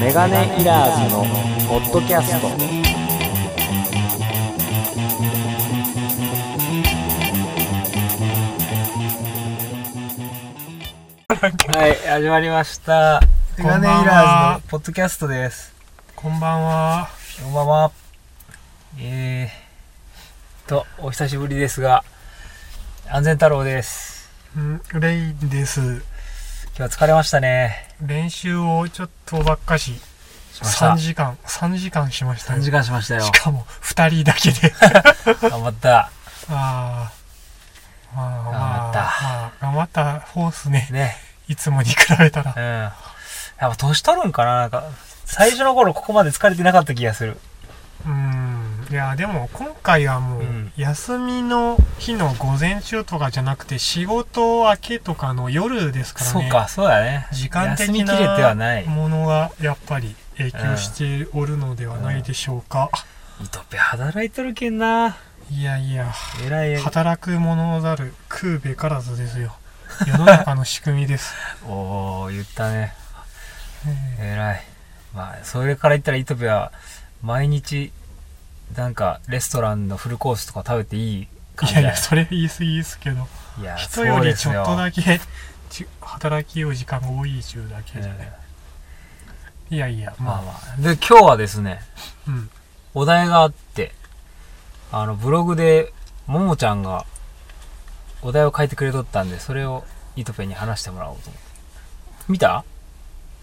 メガネイラーズのポッドキャストはい始まりましたメこガんばんはネイラーズのポッドキャストですこんばんは。こんばんはえー、とお久しぶりですが安全太郎ですうんレイです。今日は疲れましたね練習をちょっとばっかし、しました3時間、3時間しまし3たよ。時し間しましたよかも、2人だけで。 頑張ったあーまあ、まあ、頑張ったまあ、頑張った方っすね。ねいつもに比べたらう。ん。やっぱ年取るんかななんか、最初の頃ここまで疲れてなかった気がする。うん。いや、でも今回はもう、うん休みの日の午前中とかじゃなくて、仕事明けとかの夜ですからそうね。か、そうだね。時間的休み切れてはないなものがやっぱり影響しておるのではないでしょうか。イトペ働いてるけんな。いやいや、えらい。働く者ざる食うべからずですよ。世の中の仕組 みです。おー、言ったね。ええらい。まあ、それから言ったらイトペは、毎日、なんか、レストランのフルコースとか食べていいえ感いじやだよいや、それ言い過ぎですけど、いや人よりちょっとけ。だけち 働きよう時間が多い中だけそうでですねよ。いやいや、うんまあままあ。で、今日はですね、あ、うん。お題があって、あの、ブログで、ももちゃんが、お題を書いてくれとったんで、それを、イトペに話してもらおうと思って。見た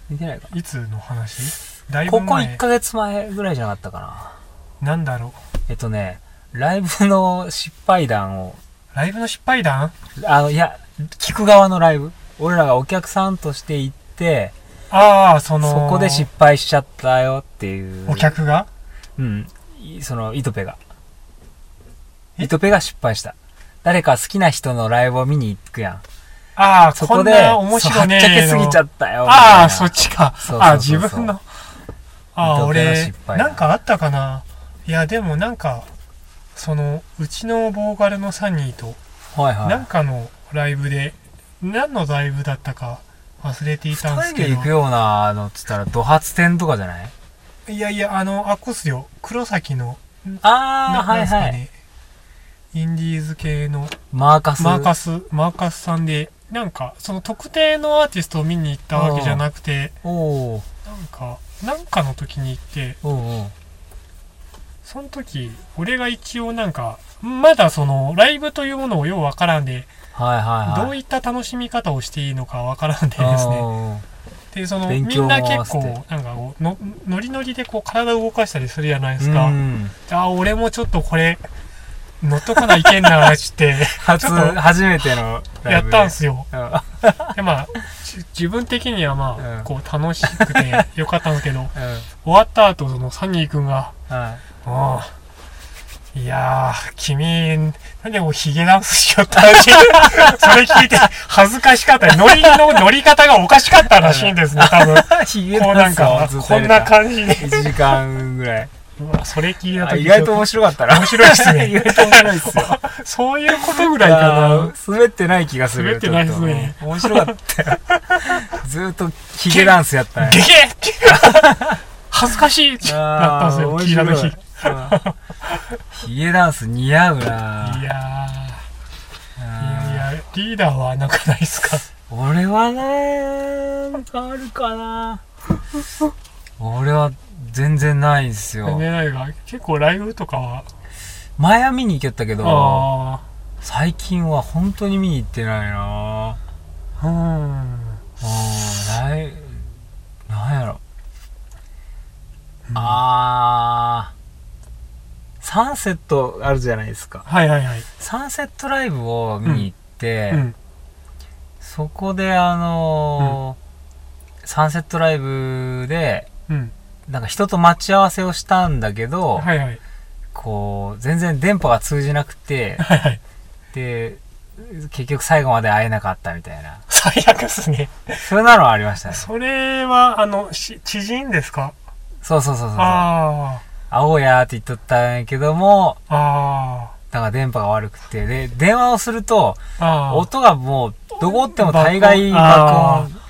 見てないかいつの話だいぶここ1前、ヶ月前ぐらいじゃなかったかな。なんだろえっとね、ライブの失敗談を、う。ライブの失敗談あの、いや、聞く側のライブ。俺らがお客さんとして行って、ああ、そその、こで失敗しちゃったよっていう。お客がうん。いその、イトペが。えイトペが失敗した。誰か好きな人のライブを見に行くやん。ああ、そここんで、な面白そうはねっちゃけすぎちゃっったよ。みたいなああ、そっちか。そうそうそうそうああ、自分の。ああ、伊藤家の俺失、敗だなんかあったかな。いや、でもなんか、その、うちのボーカルのサニーと、はいはなんい。かのライブで、何のライブだったか忘れていたんで二す人けで行くど。ようなのっつったら、ド発展とかじゃないいやいや、あの、あっこっすよ。黒崎の、ああ、なはないんすかね、はい。インディーズ系のマーカス。マーカス。ス、マーカスさんで、なんか、その特定のアーティストを見に行ったわけじゃなくて、おーなんか、なんかの時に行って、おうおうその時、俺が一応なんか、まだその、ライブというものをようわからんで、はいはいはい。どういいった楽しみ方をしていいのかわからんでですね。ね。で、その、み勉強んも合なわ結せて構、なんかこう、の、ノリノリでこう、体を動かしたりするじゃないですうか。ん。あ、俺もちょっとこれ、乗っとかないけんな、ち って、初、ちょっと初めてのラやイっブで。たんすよ。うん。で、まあ、じ自分的にはまうんあ、こう、楽しくてよかったんですけど、うん。終わった後、その、サニーくんが、はい。うん。いやー、君、なんでもうヒゲダンスしよったらしい。 それ聞いて、恥ずかしかった。ノリの乗り方がおかしかったらしいんですね、多分。ヒゲ こうダなンんスをかずっ、とこやんれなた感じで。 1時間ぐらい。うわ、それ聞いたあ時意外と面白かったな。面白いっすね意外と面白いっすよ。そういうことぐらいか滑ってない気がする。滑ってないっすねちょっと面白かったよ。ずーっとヒゲダンスやったな。ねげ。げ 恥ずかしいってなったんですよ、聞いた時。た時。ヒゲダンス似合うないいやー、いやいや、リーダーはなんかないっすか。俺はね、なんかあるかな俺は全然ないんすよ。ねないが、結構ライブとかは、前は見に行けたけど、あー。最近は本当に見に行ってないなうもん。う、ない、なんやろ。あー、サンセットあるじゃないですか。はいはいはい。サンセットライブを見に行って、うん。そこであのーサンセットライブで、うん。なんか人と待ち合わせをしたんだけど、はいはい。こう、全然電波が通じなく て、はいはい。で、結局最後まで会えなかったみたいな。最悪っすね。そういうのはありましたね。それは、あの、し知人ですかそうそうそうそう。あ会おうやーって言っとったんやけども、あ。あなんか電波が悪くて、で、電話をすると、あ。ああ。音がもう、どこおっても大概爆音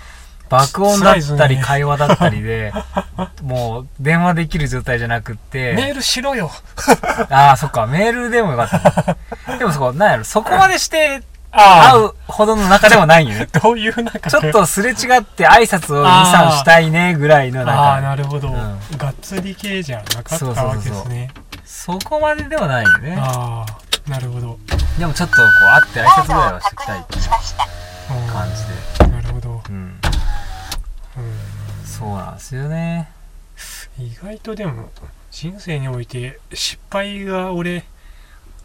爆音だっ辛たいでりすね会話だったりで、もう電話できる状態じゃなくって、メールしろよ。ああ、そっか、メールでもよかったね。でもそこ、なんやろ、そこまでしてあ会うほどの中でもない んよね。あ。どういうなんかねちょっとすれ違って挨拶を2、3したいねぐらいのああ、中なるほど。んがっつり系じゃなかったそうそうそうそうわけですね。そこまでではないよね。ああ、なるほど。でもちょっとこう会って挨拶ぐらいはしておきたいっていううん感じで。なるほど、うん。うそうなんですよね。ん。意外とでも、人生において失敗が俺、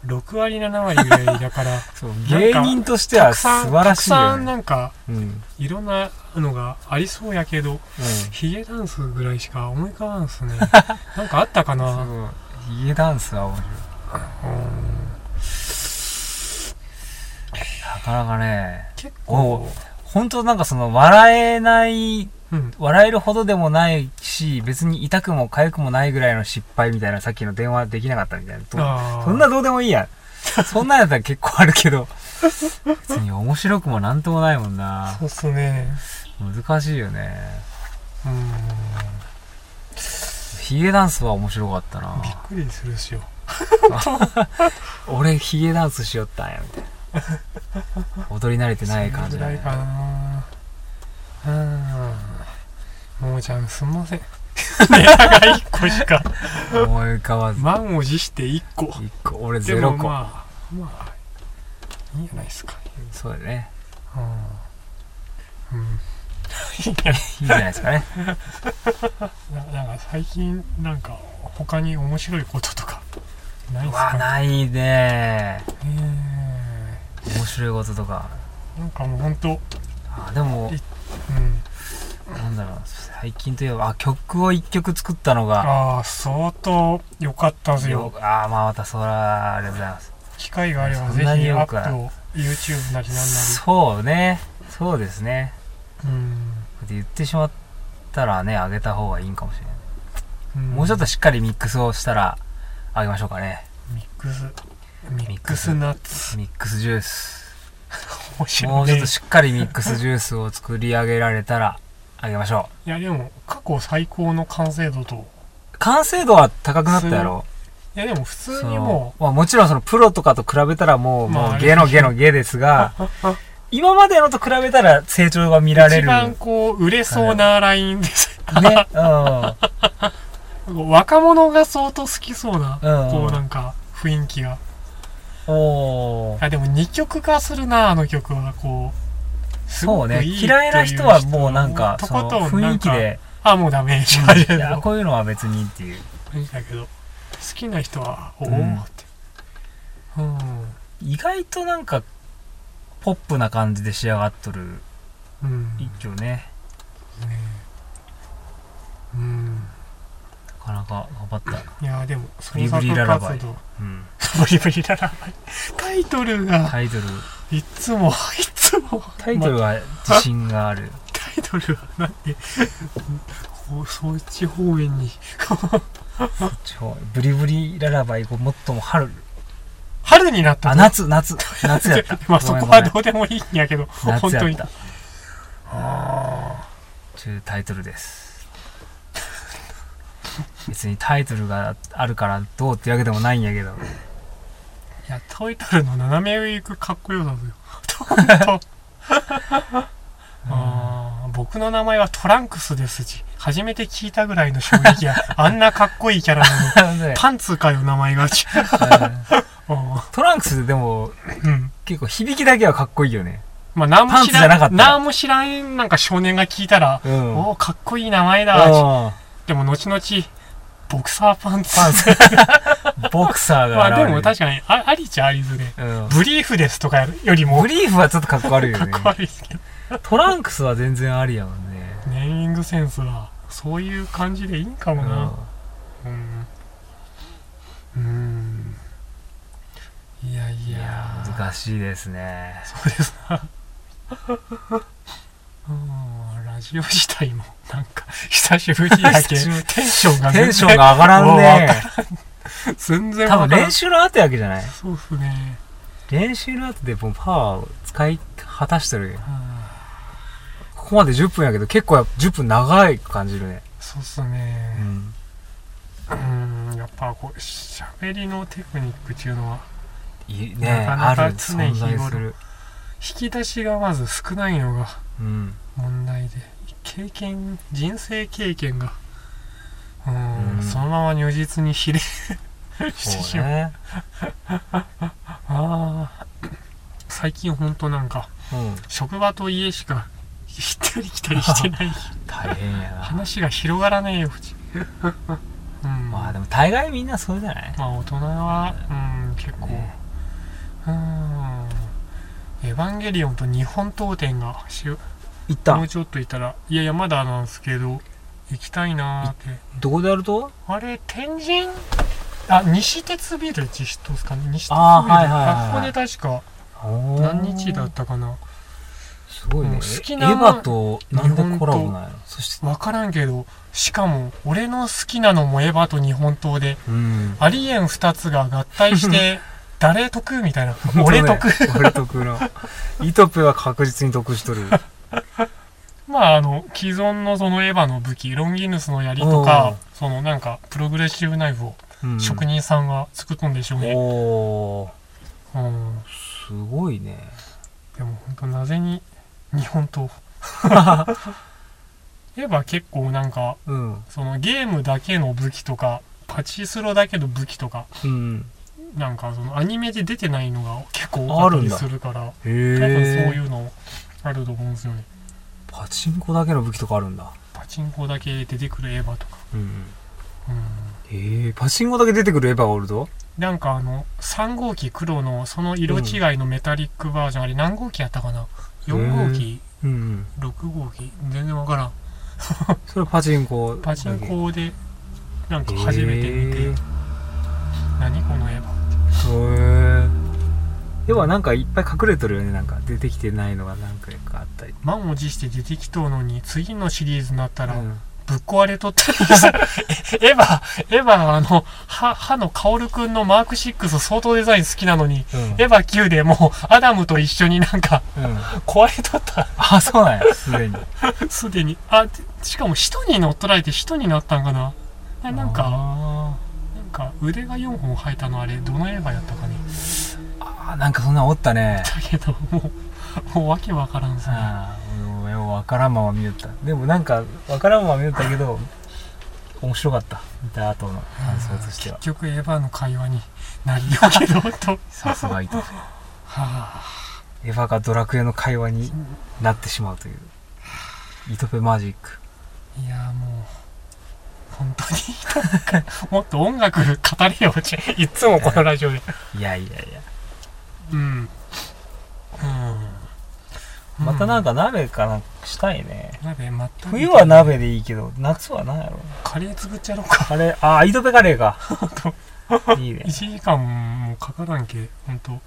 6割7割ぐらいだ から、そう芸人としては素晴らしいたくさよんね。なんか、うん。うん。いろんなのがありそうやけど、ヒゲダンスぐらいしか思い浮かばん ですね。なんかあったかなそうヒゲダンスは面白い。うんなかなかね、結お構、本当なんかその笑えない、うん、笑えるほどでもないし、別に痛くも痒くもないぐらいの失敗みたいな、さっきの電話できなかったみたいなと。あーそんなどうでもいいやん。そんなんやったら結構あるけど、別に面白くもなんともないもんなそ。うっすね。難しいよね。うん。ヒゲダンスは面白かったびっな。くりするっすよ。俺ヒゲダンスしよったんや、みたいな。踊り慣れてない感じそだれぐらいね。かな。うん。もうちゃん、すんませ ん。ネタが1個しか。思い浮かばず。満を持して1個。一個、俺でゼロも個。まあ、まあ、いいんじゃないですか。そうだね。う ん。うん。いいんじゃないですかね。ななんか最近、なんか、他に面白いこととか、ない っうすわ、かないね。ね面白いこととか。えなんかもうほんと、あでも、うん。なんだろう、最近といえば、あ、曲を一曲作ったのが、ああ、相当良かったですよよ。あー、まあまたそら、ありがとうございます。機会があれそばんぜひなアによッくはプを YouTube なりなんなそうね。そうですね。こりうやって言ってしまったらね、あげた方がいいんかもしれない。うん、もうちょっととしっかりミックスをしたら、あげましょうかね。ミックスミミッッククススナッツミックスジュース。面白いねもうちょっとしっかりミックスジュースを作り上げられたら、あげましょいやでも過去最高の完成度とう。完成度は高くなったやろ。いやでも普通そにものまあ、もちろんそのプロとかと比べたらもう、まあもあうれゲのゲのゲですが、う今までのと比べたら成長が見られ一る。番こう売れそうなラインです ね。う若者が相当好きそうな、うんこうなんか雰囲気がん。おー。あでも2曲化するなあの曲はこうすそごうくいいね。という嫌いな人はもうなんか、とそことのんな雰ん囲気かで、あもうダメージい始めるや、こういうのは別にっていう。いいんだけど好きな人はおおうんってうん、意外となんか、ポップな感じで仕上がっとるうん一挙ね。ねうんなかなか頑張った。いやでもブリブリララバイ創作うん。活動ブリブリララバイタイトルがタイトル、いつもいつもタイトルは自信がある。タイトルはなんでこうそっち方面にちょブリブリララバイ後、もっとも春。春になったあ、と夏、夏、夏や った。まあそごめんこごめはんどうでもいいんやけど本夏当やっにた。あというタイトルです。 別にタイトルがあるからどうってわけでもないんや けど。ーいやタイトルの斜め上行くかっこよさです よほんとあー僕の名前はトランクスですし、初めて聞いたぐらいの衝 撃や、あんなかっこいいキャラなのに、うんパンツかよ、名 前が。うトランクスででもん。結構響きだけはかっこいいよね。まあ、なんもパン知ツじゃなからったん、らなんも知らん、なんか少年が聞いたら、うん。おお、かっこいい名前だ。あでも、後々、ボクサーパンツ。パンツ。 ボクサーがまあ、現れでる。も確かに、あありちゃありずで、うんブリーフですとかよりもブ、リーフはちょっとかっこ悪いよかっね。こ悪いですけど、トランクスは全然ありやもんね。ネーミングセンスは、そういう感じでいいんかうもな。んうん。うん。いやいいや。やー、難しいですね。そうですな。 うん、ラジオ自体も、なんか、久しぶりだけ、テ久しぶりンション がテン全ション然、が上がらんね。全然多わ分からん練習の後やけじゃないそうっすね。練習の後でもうパワーを使い果たしてるよ。はあこここまで10分やけど、結構や10分長い感じるね。そうっすうねん。うんやっぱこうしゃべりのテクニックっていうのはいいねなかなかある常日頃存在する。引き出しがまず少ないのがうん。問題で経験人生経験がうん、うんそのまま如実に比例してそしうまうね。ああ最近ほんとなんかうん。職場と家しか行ったり来たりし てない大変やな。話が広がらねえよ うち、うん、まあでも大概みんなそうじゃないまあ大人は、うん、結構、ねうん「エヴァンゲリオン」と日本東展がしゅ行っもたう。ちょっといたらいやいやまだなんですけど行きたいなーってどこでやるとあれ天神あ西鉄ビルって知っとすかね西鉄ビルあーはいはいはいはいあここで確か何何日だったかなすごいもね。う好えきエヴなァとなんでコラボなんやろそして、分からんけどしかも俺の好きなのもエヴァと日本刀でうん。アリエン2つが合体して 誰得みたいな 俺得本当ね 俺得の。イトペは確実に得しとる。まああの既存のそのエヴァの武器ロンギヌスの槍とうんかそのなんかプログレッシブナイフをうん職人さんが作ったんでしょうね、おー、うん、すごいね。でも本当なぜに日本刀エヴァ結構なんかうん。そのゲームだけの武器とかパチスロだけの武器とかうん。なんかそのアニメで出てないのが結構多かったりするからへ多分そういえ。うのあると思うんですよねパチンコだけの武器とかあるんだ。パチンコだけ出てくるエヴァとか、うん。うん、へえ。パチンコだけ出てくるエヴァがおるとなんかあの3号機黒のその色違いのメタリックバージョン、あれ何号機やったかな4号機うんうん。 6号機全然わからんそれパチンコだけ。パチンコでなんか初めて見へて何このエヴァえ。へえ。要はなんかいっぱい隠れとるよね。なんか出てきてないのが何回かあったり。満を持して出てきとうのに次のシリーズになったらうんぶっ壊れとったり したエヴァエヴァあの歯歯のカオルくんのマーク6相当デザイン好きなのにうんエヴァ9でもうアダムと一緒になんかうん。壊れとったあ、そうなんや。すでに。すでに。あ、てしかも人に乗っ取られて人になったんかな。ななんか、あなんか腕が4本生えたのあれ、どの映画やったかね。ーあー、なんかそんなんおったね。だけど、もう、もうわけわからんさ。ああ、俺もわからんまま見よった。でもなんか、わからんまま見よったけど、面白かった。見た後の感想としては結。局エヴァの会話になりようけど、と。 はさすがいと。あ、 エヴァがドラクエの会話になってしまうという。イトペマジック。いや、もう、本当に、もっと音楽語れよ、うち。いつもこのラジオで。いやいやいや。うん。うん。またなんか、か鍋かなんかしたいね。鍋、まったり冬は鍋でいいけど、夏は何やろカレー作っちゃろうか。カレー、ああ、イトペカレーか。 いいね。 1時間もかからんけ本当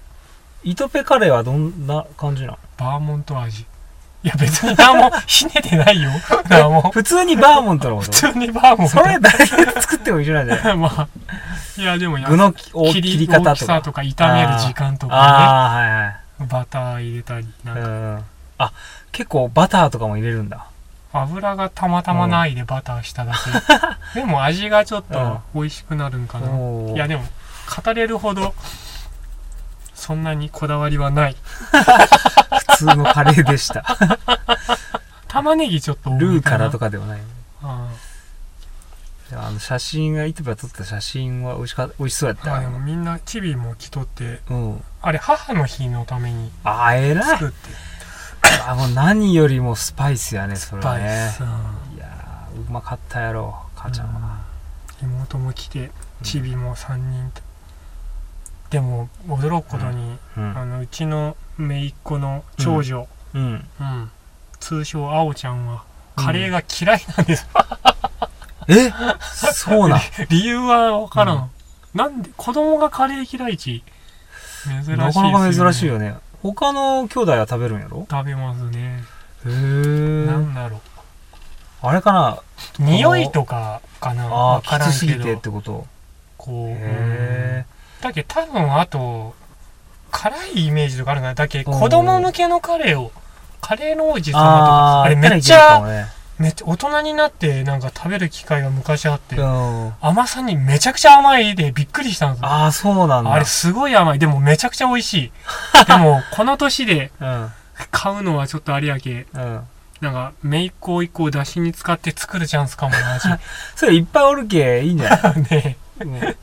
イトペカレーはどんな感じなのバーモント味いや別に何もひねってないよ何 も普通にバーモントの こと普通にバーモンそれ誰が作っても一緒なんじゃないト まあいやでもや具の大切切りり方大ときか。さとか炒める時間とかあねバター入れたりなあ、んはいかはい。うん。あ、結構バターとかも入れるんだ。油がたまたまないでバターしただけ でも味がちょっと美味しくなるんかなおーいやでも語れるほどそんなにこだわりはない普通のカレーで した。玉ねぎちょっと多ルめーからとかかではない。ああの写真が、イトピア撮った写真は美味しか、美味しそうやっあまあでた。もみんなチビも着とってうん。あれ母の日のためにああ、偉い。作ってあもう何よりもスパイスやね、それはバイね。スいやー、うまかったやろ、母ちゃんは。妹も来てチビも3人と、でも驚くことに、うん。あのうちの姪っ子の長女、うん。うん通称あおちゃんはカレーが嫌いなんです、えそうなん。理由は分からん、うんなんで子供がカレー嫌いち 珍しいですよねなかなか珍しいよね。他の兄弟は食べるんやろ食べますね、へなー。んだろうあれかな匂いとかかなああ、分かきらんつすけぎてっどてこと。こううんへだけど多分あと辛いイメージとかあるからだけど子供向けのカレーをカレーの王子様とかああーれ行たらめっいちけるかゃもねめっちゃ大人になってなんか食べる機会が昔あって、うん甘さにめちゃくちゃ甘いでびっくりしたんですよああそうなんだあれすごい甘い。でもめちゃくちゃ美味し い。でも、この年で買うのはちょっとあれやけ、うんうんなんか、めいっ子を一個を出汁に使って作るチャンスかも な、味。それいっぱいおるけいいんじゃないねうん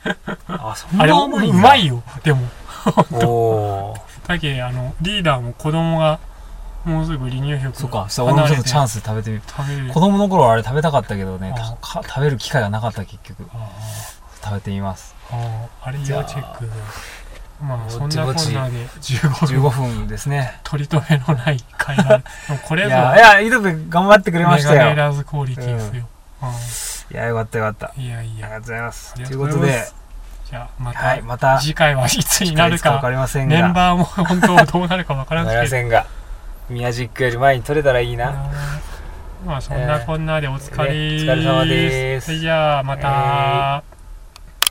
あそんあれ、なう甘いんだまいよ。でも。おーだけあの、リーダーも子供が、もうすぐ離乳食そっかそれ俺もちょっとチャンス。スで食べてみる食べる子。供の頃はあれ食べたかったけどねあたか食べる機会がなかった結局あ食べてみますーあー、あれ、要チじゃェあック。まあ、そぼんちなこぼちんなで15 15分、分ですね取り留めのない会 話。でもこいれぞ、やいやいいとこ頑張ってくれメましたガネよラーズクオリティですよ。あいやよかったよかったーいやいありがやと。うございますあとりがいとううごこざいとますでじゃあまた、はいまた次回はいつになるいつかわかかりませんがメンバーも本当どうなるかわからわなかりまくてせんが宮ジックより前に取れたらいいなまあそんなこんなでお疲れ,、えーねお疲れ様ですそれじゃあまた。えー